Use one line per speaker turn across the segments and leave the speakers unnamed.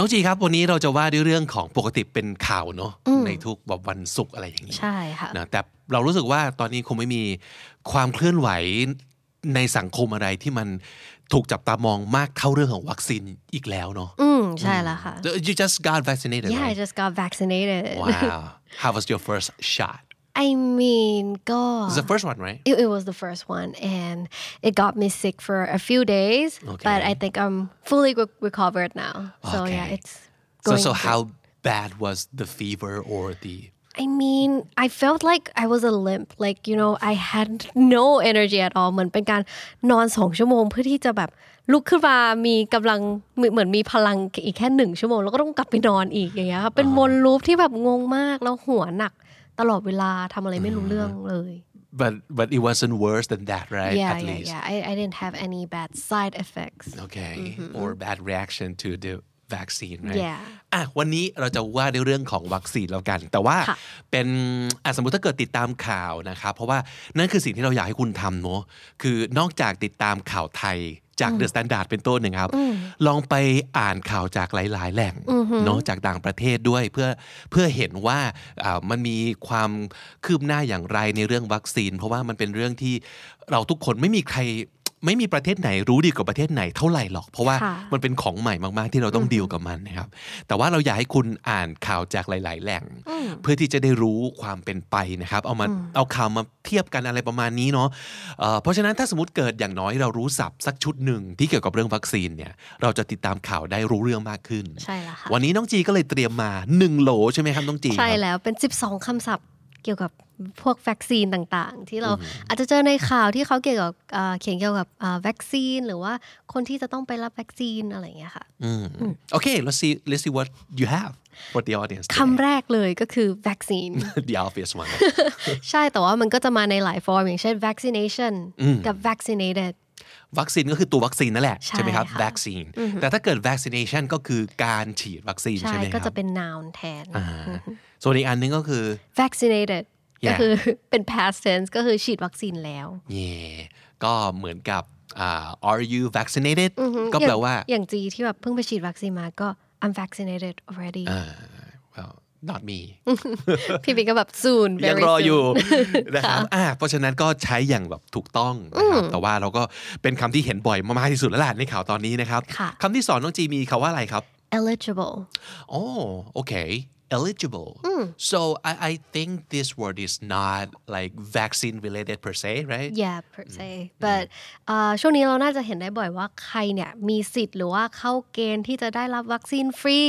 น้องจีครับ วันนี้เราจะว่าด้วยเรื่องของปกติเป็นข่าวเนอะในทุกแบบวันศุกร์อะไรอย่างนี้
ใช่ค่ะ
นะแต่เรารู้สึกว่าตอนนี้คงไม่มีความเคลื่อนไหวในสังคมอะไรที่มันถูกจับตามองมากเท่าเรื่องของวัคซีนอีกแล้วเนาะ
อืม ใช่แล้วค่ะ
You just got vaccinated
Yeah I
right?
just got vaccinated
Wow How was your first shot
I mean ก็
It's the first one right
it, it was the first one and it got me sick for a few days
Okay.
but I think I'm fully re- recovered now so
Okay.
yeah it's
So
going
so
good.
how bad was the fever or the
I mean I felt like I was a limp like you know I had no energy at all เหมือนเป็นการนอนสองชั่วโมงเพื่อที่จะแบบลุกขึ้นมามีกำลังเหมือนเหมือนมีพลังอีกแค่หนึ่งชั่วโมง แล้วก็ต้องกลับไปนอนอีกอย่างเงี้ยค่ะเป็นวนลูปที่แบบงงมากแล้วหัวหนักตลอดเวลาทำอะไรไม่รู้เรื่องเลย
but but it wasn't worse than that right
yeah
at
yeah
least
yeah I I didn't have any bad side effects
okay or bad reaction to the vaccine right
Mm-hmm, Yeah.
อ่ะวันนี้เราจะว่าในเรื่องของวัคซีนแล้วกัน แต่ว่า
ค่ะ
เป็นอ่ะสมมติถ้าเกิดติดตามข่าวนะครับ เพราะว่านั่นคือสิ่งที่เราอยากให้คุณทำเนอะคือนอกจากติดตามข่าวไทยจากเดอะสแตนดาร์ดเป็นต้นนะครับ ลองไปอ่านข่าวจากหลาย ๆ แหล่งเนอะจากต่างประเทศด้วยเพื่อเพื่อเห็นว่าอ่ามันมีความคืบหน้าอย่างไรในเรื่องวัคซีน เพราะว่ามันเป็นเรื่องที่เราทุกคนไม่มีใครไม่มีประเทศไหนรู้ดีกว่าประเทศไหนเท่าไหร่หรอกเพราะว่า
ค่ะ
มันเป็นของใหม่มาก ๆ ที่เราต้องดีลกับมันนะครับ แต่ว่าเราอยากให้คุณอ่านข่าวจากหลาย ๆ แหล่ง เพื่อที่จะได้รู้ความเป็นไปนะครับ เอามาเอาข่าวมาเทียบกันอะไรประมาณนี้เนาะเอ่อเพราะฉะนั้นถ้าสมมติเกิดอย่างน้อยเรารู้ศัพท์สักชุดหนึ่งที่เกี่ยวกับเรื่องวัคซีนเนี่ย เราจะติดตามข่าวได้รู้เรื่องมากขึ้น
ใช่แล้วค่ะ
วันนี้น้องจีก็เลยเตรียมมา 1 โหลใช่ไหมครับน้องจี
ใช่
ครับ
แล้วเป็น 12 คำศัพท์เกี่ยวกับพวกวัคซีนต่างๆ ที่เราอาจจะเจอในข่าวที่เขาเกี่ยวกับเอ่อเขียนเกี่ยวกับอ่าวัคซีน หรือว่าคนที่จะต้องไปรับวัคซีนอะไรอย่างเงี้ยค่ะ
Okay let's see let's see what you have for the audience
คำแรกเลยก็คือวัค ซีน
today. the obvious one
ใช่แต่ว่ามันก็จะมาในหลายฟอร์ม อย่างเช่น vaccination กับ vaccinated
วัคซีนก็คือตัววัคซีนนั่นแหละ
ใช่
ใช่ไหมครับ
ค่ะ
วัคซีน แต่ถ้าเกิด vaccination ก็คือการฉีดวัคซีน
ใช่
ใช่ไหมค
ก็
รั
จะ
บ
เป็น noun แทน
อ่าส่วนอีกอันนึงก็คือ
vaccinated ก็
Yeah
คือเป็น past tense ก็คือฉีดวัคซีนแล้ว
เย่ก็เหมือนกับอ่า are you vaccinated ก็แปลว่า
อย่างจีที่แบบเพิ่งไปฉีดวัคซีนมาก็ I'm vaccinated already
well not me
พี่บิ๊กก็แบบ soon
ยัง
very
รออยู่
soon
นะครับอ่าเพราะฉะนั้นก็ใช้อย่างแบบถูกต้องนะครับ แต่ว่าเราก็เป็นคำที่เห็นบ่อยมากๆที่สุดแล้วล่ะในข่าวตอนนี้นะครับ
ค่ะ
คำที่สอนน้องจีมีคำว่าอะไรครับ
eligible
Oh, okay. Eligible. So I, I think this word is not like vaccine related per se, right?
yeah per se but เอ่อช่วงนี้เราน่าจะเห็นได้บ่อยว่าใครเนี่ยมีสิทธิ์หรือว่าเข้าเกณฑ์ที่จะได้รับวัคซีนฟรี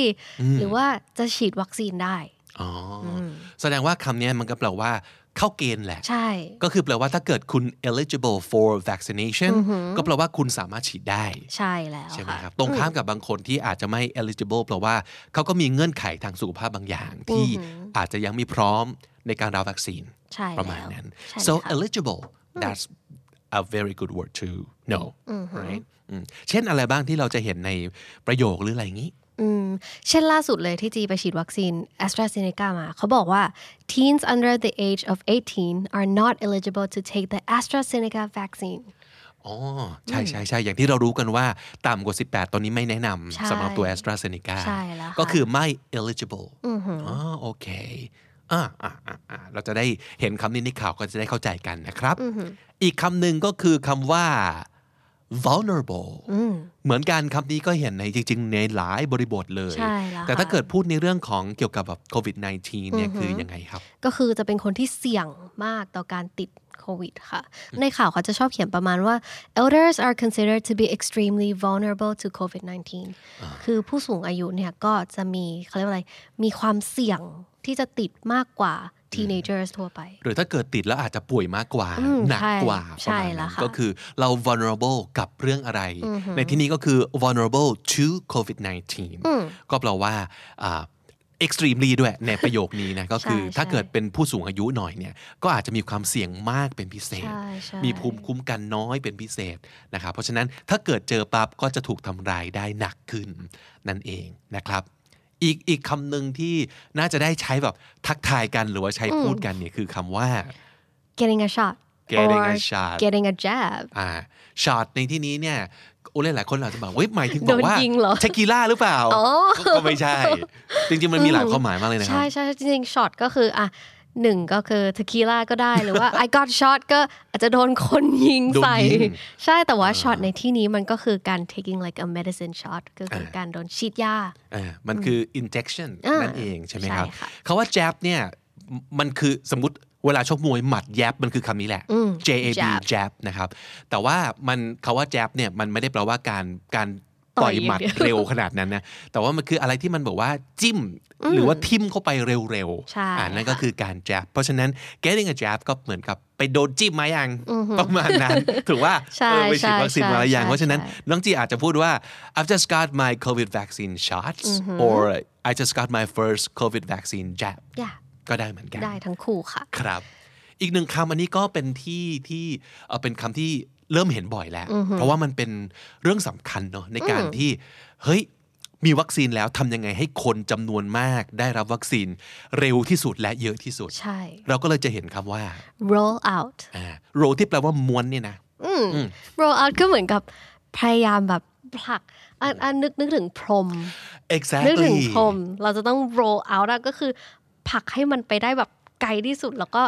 หรือว่าจะฉีดวัคซีนได้
อ๋ออแสดงว่าคำเนี้ยมันก็แปลว่าเข้าเกณฑ์แหละ
ใช่
ก็คือแปลว่าถ้าเกิดคุณ eligible for vaccination ก็แปลว่าคุณสามารถฉีดได้
ใช่แล้ว
ใช่ไหม
ค่ะ
ครับ ตรงข้ามกับบางคนที่อาจจะไม่ eligible เพราะว่าเขาก็มีเงื่อนไขทางสุขภาพบางอย่าง ที่อาจจะยังไม่พร้อมในการรับวัคซีน
ใช่แล้ว
ประมาณนั้น
ใช่แล้ว
so
ค่ะ
eligible that's a very good word to know right อืมเช่นอะไรบ้างที่เราจะเห็นในประโยคหรืออะไรอย่างนี้
เช่นล่าสุดเลยที่จีไปฉีดวัคซีน a s t r a z e ซ e c a มา เขาบอกว่า teens under the age of 18 are not eligible to take the AstraZeneca vaccine
อ๋อ ใช่ใช่ใช่อย่างที่เรารู้กันว่า ต่ำกว่า 18 ตอนนี้ไม่แนะน
ใช่
ำสำหรับตัว a s t r a z e ซ e c a
ใช่แล้วค่ะ
ก็คือไม่ eligible อ๋อโอเคอ่าอ่าอ่าอ่าเราจะได้เห็นคำนี้ในข่าวก็จะได้เข้าใจกันนะครับ อีกคำหนึ่งก็คือคำว่า vulnerable เหมือนกันคำนี้ก็เห็นในจริง ๆ ในหลายบริบทเลย
ใช่แล้ว
แต่ถ้า
ค่ะ
เกิดพูดในเรื่องของเกี่ยวกับแบบ covid 19เนี่ยคือยังไงครับ
ก็คือจะเป็นคนที่เสี่ยงมากต่อการติดโควิดค่ะ ในข่าวเขาจะชอบเขียนประมาณว่า elders are considered to be extremely vulnerable to COVID-19 คือผู้สูงอายุเนี่ยก็จะมีเขาเรียกว่าอะไร มีความเสี่ยงที่จะติดมากกว่า teenagers ทั่วไป
หรือถ้าเกิดติดแล้วอาจจะป่วยมากกว่า
อืม
หนักกว่าป
ใช่
ระมาณ
ใช่แล้
นั้
วน ค่ะ
ก็คือเรา vulnerable กับเรื่องอะไร ในที่นี้ก็คือ vulnerable to COVID-19 ก็แปลว่าอ่า extremely ด้วยในประโยคนี้นะ ก็คือ
ใช่
ถ้า
ใช่
เกิดเป็นผู้สูงอายุหน่อยเนี่ย ก็อาจจะมีความเสี่ยงมากเป็นพิเศษ
ใช่ใช่
มีภูมิคุ้มกันน้อยเป็นพิเศษนะครับ เพราะฉะนั้นถ้าเกิดเจอปั๊บก็จะถูกทำร้ายได้หนักขึ้นนั่นเองนะครับ อีกอีกคำหนึ่งที่น่าจะได้ใช้แบบทักทายกันหรือว่าใช้พูดกันเนี่ยคือคำว่า
getting a shot
Getting a
or
shot
getting a jab
อ่าช็อตในที่นี้เนี่ยโอ้เล่นหลายคนอาจจะบอกเฮ้ยหมายถึงบอกว่า
โดนยิงเหรอ
ชากีล่าหรือเปล่า
อ๋อ
ก็ไม่ใช่ จริงๆมันมีหลายความหมายมากเลยนะครั
ใช่
บ
ใช่จริงๆช็อตก็คืออ่ะหนึ่งก็คือ t e q u i l a ก็ได้หรือว่า I got shot ก็อาจจะโดนคนยิง
โดนยิง
ใส่ ใช่แต่ว่าช็อตในที่นี้มันก็คือการ taking like a medicine shot ก็คืออา การโดนฉีดยา
อ่ามันคือ injection
อ่า
นั่นเองใช่ไหมครับ
ใช่ค่ะ
คาว่า jab เนี่ยมมันคือสมมติเวลาชกมวยหมัด jab มันคือคำนี้แหละ
อืม
J A B
jab
jab นะครับ แต่ว่ามันคาว่า jab เนี่ยมันไม่ได้แปลว่าการการ
ต่
ต่อ
อย ย
หมัด
อย่างเดียว
เร็วขนาดนั้นนะ แต่ว่ามันคืออะไรที่มันบอกว่าจิ้ม หรือว่าทิ่มเข้าไปเร็ว
ใช่
ๆอ่านั่น
ค่ะ
ก็คือการ jab เพราะฉะนั้น getting a jab ก็เหมือนกับไปโดนจิ้มมายังประมาณ นั้นถือว่า
ใช่
เออไปฉีด
ใช่
วัคซีนมาแล้วยัง
ใช่
เพราะฉะนั้น
ใช่
น้องจีอาจจะพูดว่า I've just got my COVID vaccine shots or I just got my first COVID vaccine jab
yeah
ก็ได้เหมือนกัน
ได้ทั้งคู่ค่ะ
ครับ อีกหนึ่งคำอันนี้ก็เป็นที่ที่เอ่อเป็นคำที่เริ่มเห็นบ่อยแล้ว เพราะว่ามันเป็นเรื่องสำคัญเนาะในการที่เฮ้ยมีวัคซีนแล้วทำยังไงให้คนจำนวนมากได้รับวัคซีนเร็วที่สุดและเยอะที่สุด
ใช่
เราก็เลยจะเห็นคำว่า
roll out
โรที่แปลว่าม้วนเนี่ยนะ
roll out ก็เหมือนกับพยายามแบบผลักอ่ะอ่ะนึกนึกถึงพรม
exactly
นึกถึงพรมเราจะต้อง roll out อะก็คือผลักให้มันไปได้แบบไกลที่สุด แล้วก็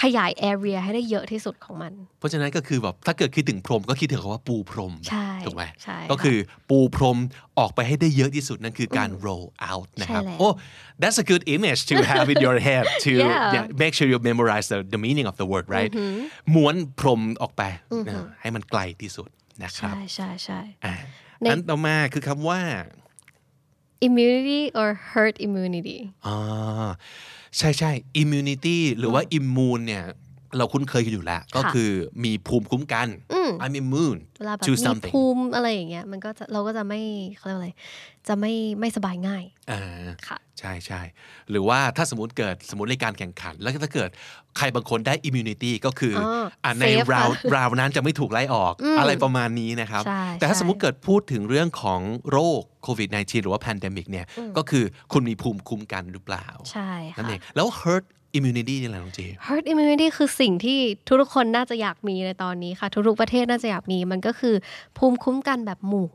ขยาย area ให้ได้เยอะที่สุดของมัน
เพราะฉะนั้นก็คือแบบถ้าเกิดคิดถึงพรมก็คิดถึงคำว่าปูพรม
ใช่
ถูกไหม
ใช่ค่ะ
ก็คือปูพรมออกไปให้ได้เยอะที่สุดนั่นคือการ roll out นะครับ
ใช่แล้ว
โอ้ that's a good image to have in your head to
Yeah.
yeah, make sure you memorize the, the meaning of the word right ม้วนพรมออกไปนะให้มันไกลที่สุดนะครับ
ใช่ใช่ใช่
อ่ะ
ใน
อันต่อมาคือคำว่า
immunity or herd immunity
อ่าใช่ใช่ immunity หรือว่า immune เนี่ย เราคุ้นเคยกันอยู่แล้ว ก็คือมีภูมิคุ้มกัน I'm immune
เวลาแบบ
to
มี
something
ภูมิอะไรอย่างเงี้ยมันก็จะเราก็จะไม่เขาเรียกว่าอะไร จะไม่ไม่สบายง่าย
อ่า
ค่ะ
ใช่ใช่หรือว่าถ้าสมมติเกิดสมมติในการแข่งขัน แล้วก็ถ้าเกิดใครบางคนได้ immunity ก็คือ
อ
อ่ะใน
safe
ราว
ค่ะ
ราวนั้นจะไม่ถูกไล่ออกอะไรประมาณนี้นะครับ
ใช่
แต่ถ้า
ใช่
สมมติเกิดพูดถึงเรื่องของโรคโควิด -19 หรือว่า pandemic เนี่ยก็คือคุณมีภูมิคุ้มกันหรือเปล่า
ใช่
นั่น
ค่ะ
เองแล้ว herd immunity นี่แหละน้องเจ
herd immunity คือสิ่งที่ทุกๆคนน่าจะอยากมีในตอนนี้ค่ะ ทุกๆประเทศน่าจะอยากมีมันก็คือภูมิคุ้มกันแบบหมู่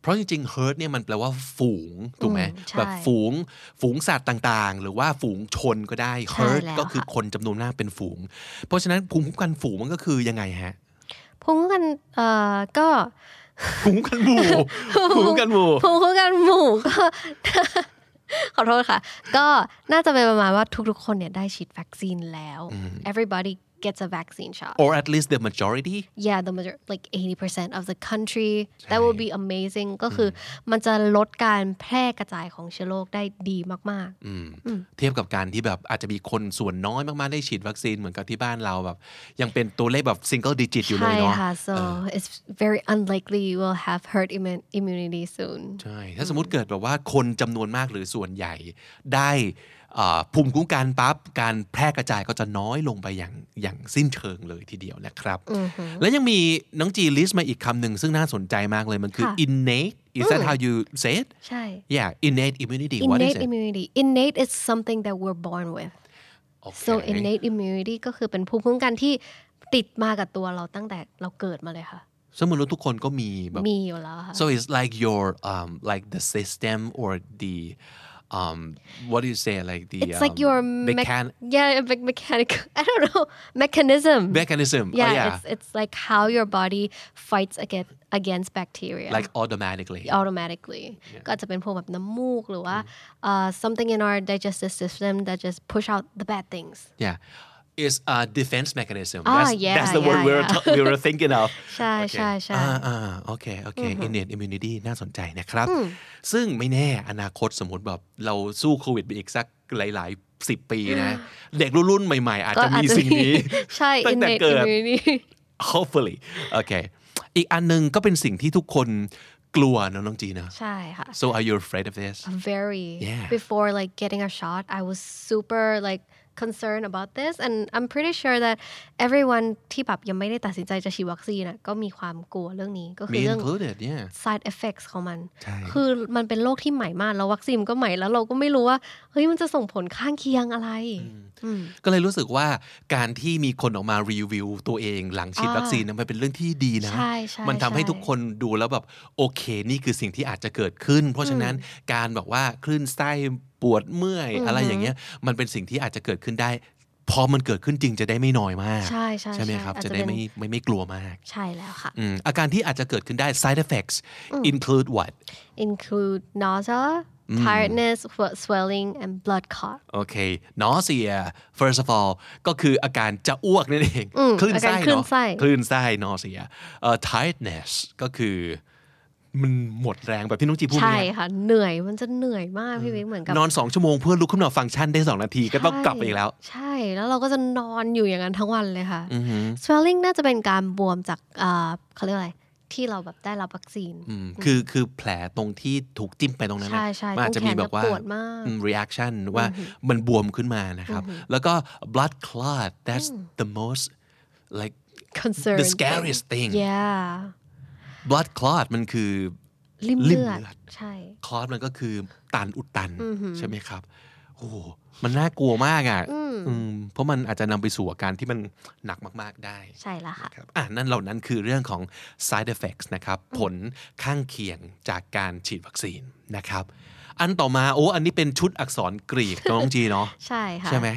เพราะจริงๆ herd เนี่ยมันแปลว่าฝูง ถูกไหม
ใช่
แบบฝูง ฝูงสัตว์ต่างๆ หรือว่าฝูงชนก็ได้
ใช่
herd
แล้ว
ก็คือ
ค่ะ
คนจำนวนมากเป็นฝูง เพราะฉะนั้นภูมิคุ้มกันฝูงมันก็คือยังไงฮะ
ภูมิคุ้มกันเอ่อก็
ภูมิคุ้มกันห มู่ ภูมิคุ้มกันหมู่
ภูมิคุ้มกันหมู่ ก็ ขอโทษค่ะ ก็น่าจะเป็นประมาณว่าทุกๆคนเนี่ยได้ฉีดวัคซีนแล้ว everybody gets a vaccine shot
or at least the majority
yeah the major like 80% of the country that will be amazing ก็คือมันจะลดการแพร่กระจายของเชื้อโรคได้ดีมาก
อืมเทียบกับการที่แบบอาจจะมีคนส่วนน้อยมากๆ ได้ฉีดวัคซีนเหมือนกับที่บ้านเราแบบ ยังเป็นตัวเลขแบบ single digit อยู่
ๆ
เล
ใช่
ยเนาะ
ค่ะ so it's very unlikely you will have herd immu- immunity soon
ใช่ ถ้าสมมติเกิดแบบว่าคนจำนวนมากหรือส่วนใหญ่ได้เอ่อภูมิคุ้มกันปั๊บ การแพร่กระจายก็จะน้อยลงไปอย่างอย่างสิ้นเชิงเลยทีเดียวนะครับ แล้วยังมีน้องจีลิสต์มาอีกคำหนึ่งซึ่งน่าสนใจมากเลยมันคือ
ค่ะ
innate is that how you say it
ใช่
yeah innate immunity what is
innate
it
immunity innate is something that we're born with
okay.
so innate immunity ก็คือเป็นภูมิคุ้มกันที่ติดมากับตัวเราตั้งแต่เราเกิดมาเลยค่ะ
ซึ่งมนุษย์ทุกคนก็มีแบบ
มีอยู่แล้วค่ะ
so it's like your um like the system or the um what do you say like the
it's like your
the
mech-
can
yeah a big mechanical I don't know mechanism
mechanism
yeah,
oh, yeah.
it's it's like how your body fights against against bacteria
like automatically
automatically ก็อาจจะเป็นพวกแบบน้ำมูกหรือว่า
Mm-hmm.
เอ่อ Uh, something in our digestive system that just push out the bad things
Yeah. It's a defense mechanism.
Ah,
that's,
yeah,
that's the
yeah,
word we were, t-
yeah.
we were thinking of.
ใช่ใช่ใช่
อ่าอ่าโอเค โอเค innate immunity น่าสนใจนะครับ ซึ่งไม่แน่อนาคตสมมติแบบเราสู้โควิดไปอีกสักหลายๆสิบปีนะ เด็กรุ่นๆใหม่ๆ อาจจะมีสิ่งนี้
ใช่
ตั้งแต่
innate
เกิด
immunity
hopefully โอเค อีกอันหนึงก็เป็นสิ่งที่ทุกคน กลัวเนอะน้องจีนะ
ใช่ค่ะ
so are you afraid of this
very
Yeah.
before like getting a shot i was super like concerned about this and i'm pretty sure that everyone ที่แบบยังไม่ได้ตัดสินใจจะฉีดวัคซีนอะก็มีความกลัวเรื่องนี้ก็คื
me
อเรื่อง
included yeah
side effects ของมัน
ใช่
คือมันเป็นโรคที่ใหม่มาก แล้ววัคซีนก็ใหม่แล้วเราก็ไม่รู้ว่า เฮ้ยมันจะส่งผลข้างเคียงอะไร
ก็เลยรู้สึกว่าการที่มีคนออกมารีวิวตัวเองหลังฉีด
อ่า
วัคซีนนะมันเป็นเรื่องที่ดีนะ
ใช่ใช่
มันทำให้
ใช่
ทุกคนดูแล้วแบบโอเคนี่คือสิ่งที่อาจจะเกิดขึ้น เพราะฉะนั้นการแบบว่าคลื่นไส้ปวดเมื่อยอะไรอย่างเงี้ยมันเป็นสิ่งที่อาจจะเกิดขึ้นได้ พอมันเกิดขึ้นจริงจะได้ไม่น้อยมาก
ใช่ใช่
ไหม
ใช่
ครับ
อาจ
จะ
จะ
ได้
เป็น
ไม่ไม่ไม่กลัวมาก
ใช่แล้วค่ะ
อืมอาการที่อาจจะเกิดขึ้นได้ side effects include what
include nausea tiredness swelling and blood clot
โอเค nausea first of all ก็คืออาการจะอ้วกนั่นเอง
อืม
คลื่นไส้
อาการคลื่
เนาะ
นไส้
คลื่นไส้ nausea เอ่อ tiredness ก็คือมันหมดแรงแบบที่น้องจีพูด
ใช่
เนี่ย
ค่ะ เหนื่อยมันจะเหนื่อยมากพี่วิกเหมือนกับ
นอน 2 ชั่วโมงเพื่อลุกขึ้นมาฟังก์ชันได้ 2 นาทีก็ต้องกลับไปอีกแล้ว
ใช่ แล้วเราก็จะนอนอยู่อย่างนั้นทั้งวันเลยค่ะ swelling น่าจะเป็นการบวมจากเอ่อเขาเรียกอะไร ที่เราแบบได้รับวัคซีน
อืมคือคือแผลตรงที่ถูกจิ้มไปตรงนั้นนะ
ใช่ใช่
มันอาจจะมีแบบว่า
ตรงแขนน่ะปวดมาก
อืม reaction ว่ามันบวมขึ้นมานะครับ แล้วก็ blood clot that's the most like
concern
the scariest thing
yeah
blood clot มันคือ
ริม
ริ่ม
เลือด
เลือด
ใช่
คลอสมันก็คือตันอุดตันใช่ไหมครับ โอ้โหมันน่ากลัวมากอ่ะอืมเพราะมันอาจจะนำไปสู่อาการที่มันหนักมากๆได้
ใช่แล้วค่ะ
ครับอ่ะนั่นเหล่านั้นคือเรื่องของ side effects นะครับ ผลข้างเคียงจากการฉีดวัคซีนนะครับ อันต่อมาโอ้อันนี้เป็นชุดอักษรกรีกน้องจีเนาะ
ใช่ค่ะ
ใช่ไหม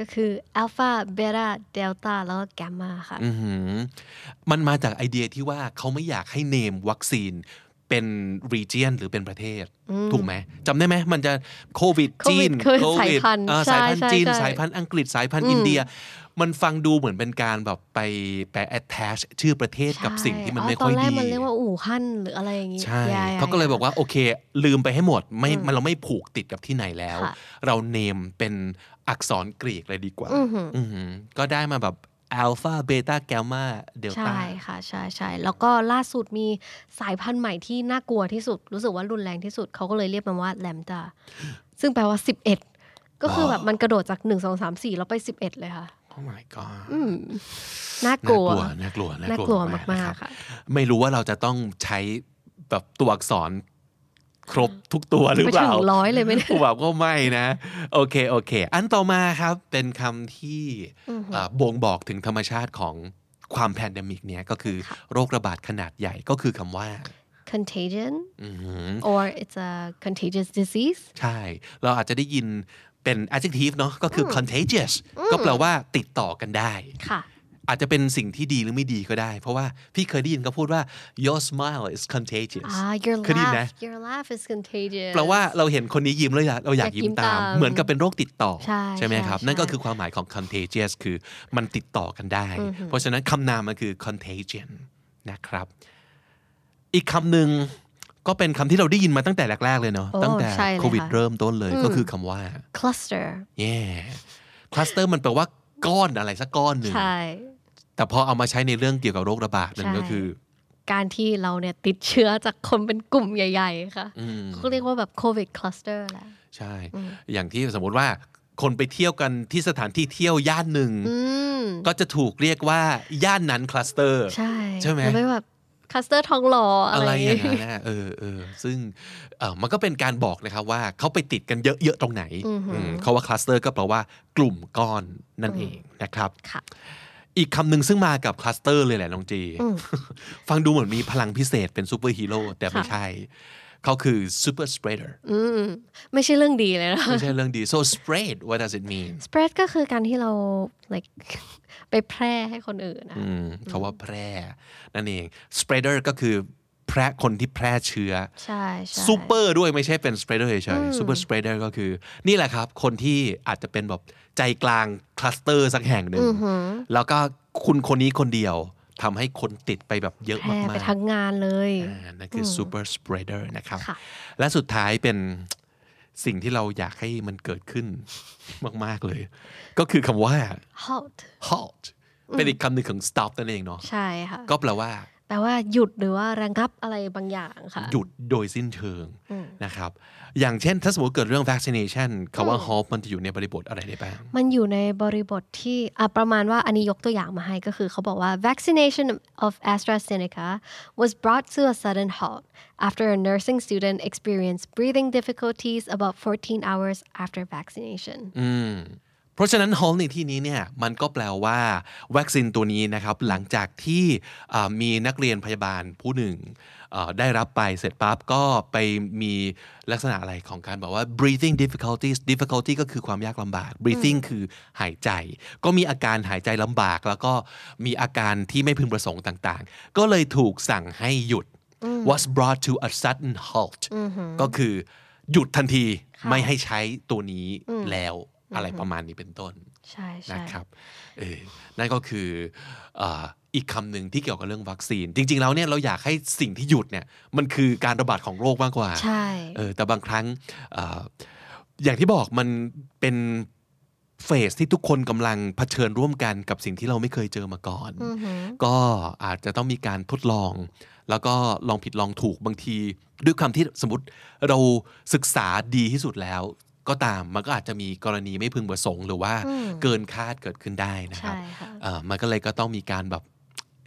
ก็คือ alpha beta delta แล้วก็ gamma ค่ะ
อื้อหือมันมาจากไอเดียที่ว่าเขาไม่อยากให้เนมวัคซีนเป็น region หรือเป็นประเทศ ถูกไหมจำได้ไหมมันจะโควิดจีน
COVID คือสายพันธุ์
อ่า
ใช่
สายพันธุ์
ใช่
จีน
ใช่
สายพันธุ์อังกฤษสายพันธุ์อินเดีย มันฟังดูเหมือนเป็นการแบบไปไป attach ชื่อประเทศกับสิ่งที่มัน
ใช่
ไม่ค่อย
ตอนแร
ดี
กมันเรียกว่าอู่ฮั่นหรืออะไรอย่างงี้
ใช่
Yeah, yeah,
เขาก็เลย
yeah.
บอกว่า โอเค ลืมไปให้หมดไม่มันเราไม่ผูกติดกับที่ไหนแล้ว
ค่ะ
เราเนมเป็นอักษรกรีกเลยดีกว่า
อือหือ
อหือก็ได้มาแบบอัลฟาเบต้าแกมมาเดล
ใช่
ต้า
ค่ะใช่ใช่แล้วก็ล่าสุดมีสายพันธุ์ใหม่ที่น่ากลัวที่สุด รู้สึกว่ารุนแรงที่สุดเขาก็เลยเรียกมันว่าแลมดาซึ่งแปลว่า 11 ก็คือแบบมันกระโดดจาก 1 2 3 4 แล้วไป 11 เลยค่ะ
Oh my god
น่ากลัว
น่ากลัว
น่ากลัวมากๆค่ะ
ไม่รู้ว่าเราจะต้องใช้แบบตัวอักษรครบทุกตัวหรือเปล่า
ไปถึงร้อยเลยไหมเนี่ย
ผมว่าก็ไม่นะ โอเค โอเค อันต่อมาครับเป็นคำที่เอ่อบ่งบอกถึงธรรมชาติของความแพนเดมิกเนี่ยก็คือโรคระบาดขนาดใหญ่ก็คือคำว่า
contagion
อื้อหือ
or it's a contagious disease
ใช่ เราอาจจะได้ยินเป็น adjective เนาะก็คือ contagious ก็แปลว่าติดต่อกันได้
ค่ะ
อาจจะเป็นสิ่งที่ดีหรือไม่ดีก็ได้ เพราะว่าพี่เคยได้ยินเขาพูดว่า your smile is contagious
อ่า your
เคยได้ยินไหม
laugh your laugh is contagious
แปลว่าเราเห็นคนนี้ยิ้มแล้วอยากเราอยากยิ้มตาม
อยากยิ้มตาม
เหมือนกับเป็นโรคติดต่อ
ใช่
ไหมครับ
ใช่
นั่นก็
ใช่
คือความหมายของ contagious คือมันติดต่อกันได้ เพราะฉะนั้นคำนามมันคือ contagion นะครับ อีกคำหนึ่งก็เป็นคำที่เราได้ยินมาตั้งแต่แรก ๆ เลยเนาะ
โอ้
ตั้งแต่
ใช่เลย
โควิด
ค่ะ
เริ่มต้นเลยก็คือคำว่า
cluster
แย่คลัสเตอร์มันแปลว่าก้อนอะไรสักก้อนหนึ่ง
ใช่
แต่พอเอามาใช้ในเรื่องเกี่ยวกับโรคระบาดนั่นก็
ใช่
คือ
การที่เราเนี่ยติดเชื้อจากคนเป็นกลุ่มใหญ่ ๆ ค่ะ
อืม
เขาเรียกว่าแบบ covid cluster แหละ
ใช่ อย่างที่สมมุติว่าคนไปเที่ยวกันที่สถานที่เที่ยวย่านหนึ่ง
อืม
ก็จะถูกเรียกว่าย่านนั้นคลัสเตอร์
ใช่
ใช่ไหม
แล้วแบบคัสเตอร์ทองหล่ออะ
อะไรไร
อย่าง
อ
งี้
ย่างนั้นนะเออเออซึ่งเออมันก็เป็นการบอกนะครับว่าเขาไปติดกันเยอะ ๆ ตรงไหน
อือหืออื
มเขาว่าคลัสเตอร์ก็แปลว่ากลุ่มก้อนนั่นเองนะครับ
ค่ะ
อีกคำหนึ่งซึ่งมากับคลัสเตอร์เลยแหละน้องจี
อืม
ฟังดูเหมือนมีพลังพิเศษเป็นซูเปอร์ฮีโร่แต่ไม่ใช่ เขาคือซูเปอร์สเปรเดอร์
อืมไม่ใช่เรื่องดีเลยนะ
ไม่ใช่เรื่องดี so spread what does it mean
spread ก็คือการที่เรา like ไปแพร่ให้คนอื่นนะ
อืมเขาว่าแพร่ นั่นเอง spreader ก็คือแพร่คนที่แพร่เชื้อ
ใช่ใช่
ซูเปอร์ด้วยไม่ใช่เป็นสเปรเดอร์เฉยๆซูเปอร์สเปรเดอร์ก็คือ นี่แหละครับ คนที่อาจจะเป็นแบบใจกลางคลัสเตอร์สักแห่งหนึ่ง แล้วก็คุณคนนี้คนเดียวทำให้คนติดไปแบบเยอะ
แพร่
มาก
ไป
ๆ
ทั้งงานเลย
อ่านั่นคือซูเปอร์สเปรเดอร์นะครับ
ค่ะ
และสุดท้ายเป็นสิ่งที่เราอยากให้มันเกิดขึ้นมาก ๆ เลย ก็คือคำว่า
halt
halt เป็นอีกคำหนึ่งของ stop นั่นเองเนาะ
ใช่ค่ะ
ก็แปลว่า
แต่ว่าหยุดหรือว่าระงับอะไรบางอย่างค่ะ
หยุดโดยสิ้นเชิงนะครับ อย่างเช่น ถ้าสมมติเกิดเรื่อง vaccination คำว่า hope มันจะอยู่ในบริบทอะไรได้บ้าง
มันอยู่ในบริบทที่อ่ะประมาณว่าอันนี้ยกตัวอย่างมาให้ก็คือเขาบอกว่า vaccination of AstraZeneca was brought to a sudden halt after a nursing student experienced breathing difficulties about 14 hours after vaccination
เพราะฉะนั้น halt ในที่นี้เนี่ย มันก็แปลว่า วัคซีนตัวนี้นะครับ หลังจากที่อ่ามีนักเรียนพยาบาลผู้หนึ่งเอ่อได้รับไปเสร็จปั๊บก็ไปมีลักษณะอะไรของการแบบว่า breathing difficulties difficulty ก็คือความยากลำบาก breathing คือหายใจ ก็มีอาการหายใจลำบาก แล้วก็มีอาการที่ไม่พึงประสงค์ต่างๆ ก็เลยถูกสั่งให้หยุด was brought to a sudden halt ก็คือหยุดทันทีไม่ให้ใช้ตัวนี้แล้วอะไรประมาณนี้เป็นต้น
ใช่
นะ
ใช่
ครับเออนั่นก็คือเอ่ออีกคำหนึ่งที่เกี่ยวกับเรื่องวัคซีน จริง ๆ แล้วเนี่ยเราอยากให้สิ่งที่หยุดเนี่ยมันคือการระบาดของโรคมากกว่า
ใช่
เออแต่บางครั้งเอ่ออย่างที่บอกมันเป็นเฟสที่ทุกคนกำลังเผชิญร่วมกันกับสิ่งที่เราไม่เคยเจอมาก่อน ก็อาจจะต้องมีการทดลอง แล้วก็ลองผิดลองถูกบางที ด้วยความที่สมมติเราศึกษาดีที่สุดแล้ว ก็ตามมันก็อาจจะมีกรณีไม่พึงประสงค์หรือว่าเกินคาดเกิดขึ้นได้นะครับ
ใช่ค่ะ
เอ่อมันก็เลยก็ต้องมีการแบบ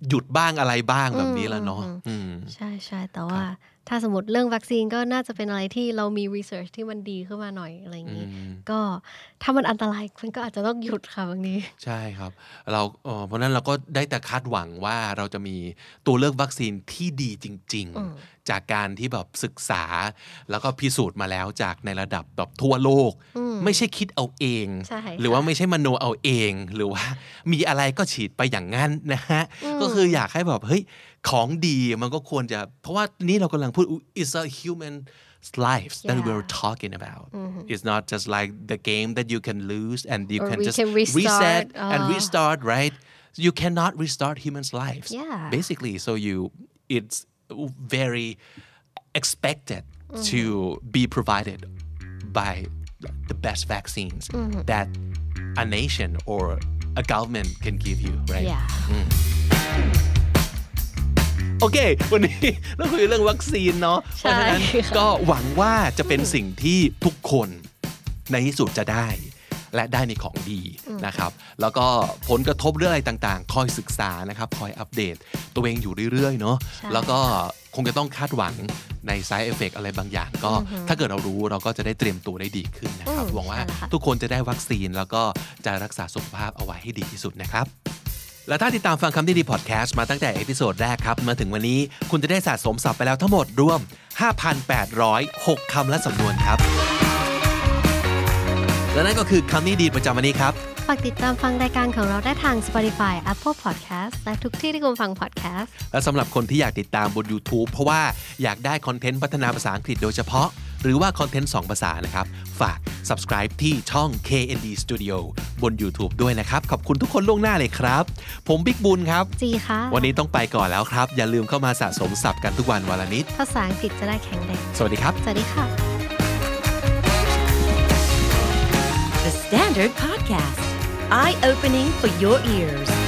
หยุดบ้างอะไรบ้างแบบนี้แหละเนาะอืม
ใช่ใช่แต่ว่าถ้าสมมติเรื่องวัคซีนก็น่าจะเป็นอะไรที่เรามีรีเสิร์ชที่มันดีขึ้นมาหน่อยอะไรอย่างนี้ ก็ถ้ามันอันตรายมันก็อาจจะต้องหยุดค่ะบางที
ใช่ครับเราเอ่อเพราะฉะนั้นเราก็ได้แต่คาดหวังว่าเราจะมีตัวเลือกวัคซีนที่ดีจริง ๆ จากการที่แบบศึกษา แล้วก็พิสูจน์มาแล้วจากในระดับแบบทั่วโลก ไม่ใช่คิดเอาเอง
ใช่ค่ะ
หรือว่าไม่ใช่มโนเอาเอง หรือว่ามีอะไรก็ฉีดไปอย่างนั้นนะฮะ ก็คืออยากให้แบบเฮ้ยของดีมันก็ควรจะ เพราะว่านี่เรากำลังพูด is a human lives that
Yeah.
we're talking about it's not just like the game that you can lose and you
Or
can
we
just
can restart.
reset and
Ah.
restart right you cannot restart humans lives
Yeah.
basically so you it's very expected to
Mm-hmm.
be provided by the best vaccines
Mm-hmm.
that a nation or a government can give you right
อย่า
โอเค วันนี้ เราคุยเรื่องวัคซีนเนาะ เพ
ใช่
ราะฉะนั้น
ค่ะ
ก็หวังว่าจะเป็นสิ่งที่ทุกคนในที่สุดจะได้ และได้ในของดีนะครับ แล้วก็ผลกระทบเรื่องอะไรต่างๆ คอยศึกษานะครับ คอยอัปเดตตัวเองอยู่เรื่อยๆ เนาะ แล้วก็คงจะต้องคาดหวังใน side effect อะไรบางอย่าง ก็ถ้าเกิดเรารู้เราก็จะได้เตรียมตัวได้ดีขึ้นนะครับ หวังว่าทุกคนจะได้วัคซีนแล้วก็จะรักษาสุขภาพเอาไว้ให้ดีที่สุดนะครับ และถ้าติดตามฟังคำดีดีพอดแคสต์มาตั้งแต่เอพิโซดแรกครับ มาถึงวันนี้คุณจะได้สะสมศัพท์ไปแล้วทั้งหมดรวม 5,806 คำและสำนวนครับ และนั่นก็คือคำนี้ดีประจำวันนี้ครับ
ฝากติดตามฟังรายการของเราได้ทาง Spotify Apple Podcast และทุกที่ที่คุณฟัง podcast
และสำหรับคนที่อยากติดตามบน YouTube เพราะว่าอยากได้คอนเทนต์พัฒนาภาษาอังกฤษโดยเฉพาะ หรือว่าคอนเทนต์ 2 ภาษานะครับ ฝาก subscribe ที่ช่อง KND Studio บน YouTube ด้วยนะครับ ขอบคุณทุกคนล่วงหน้าเลยครับ ผมบิ๊กบุญครับ
จีค่ะ
วันนี้ต้องไปก่อนแล้วครับ อย่าลืมเข้ามาสะสมศัพท์กันทุกวันวันละนิด
ภาษาอังกฤษจะได้แข็งแรง
สวัสดีครับ
สวัสดีค่ะ
The Standard Podcast, eye opening for your ears.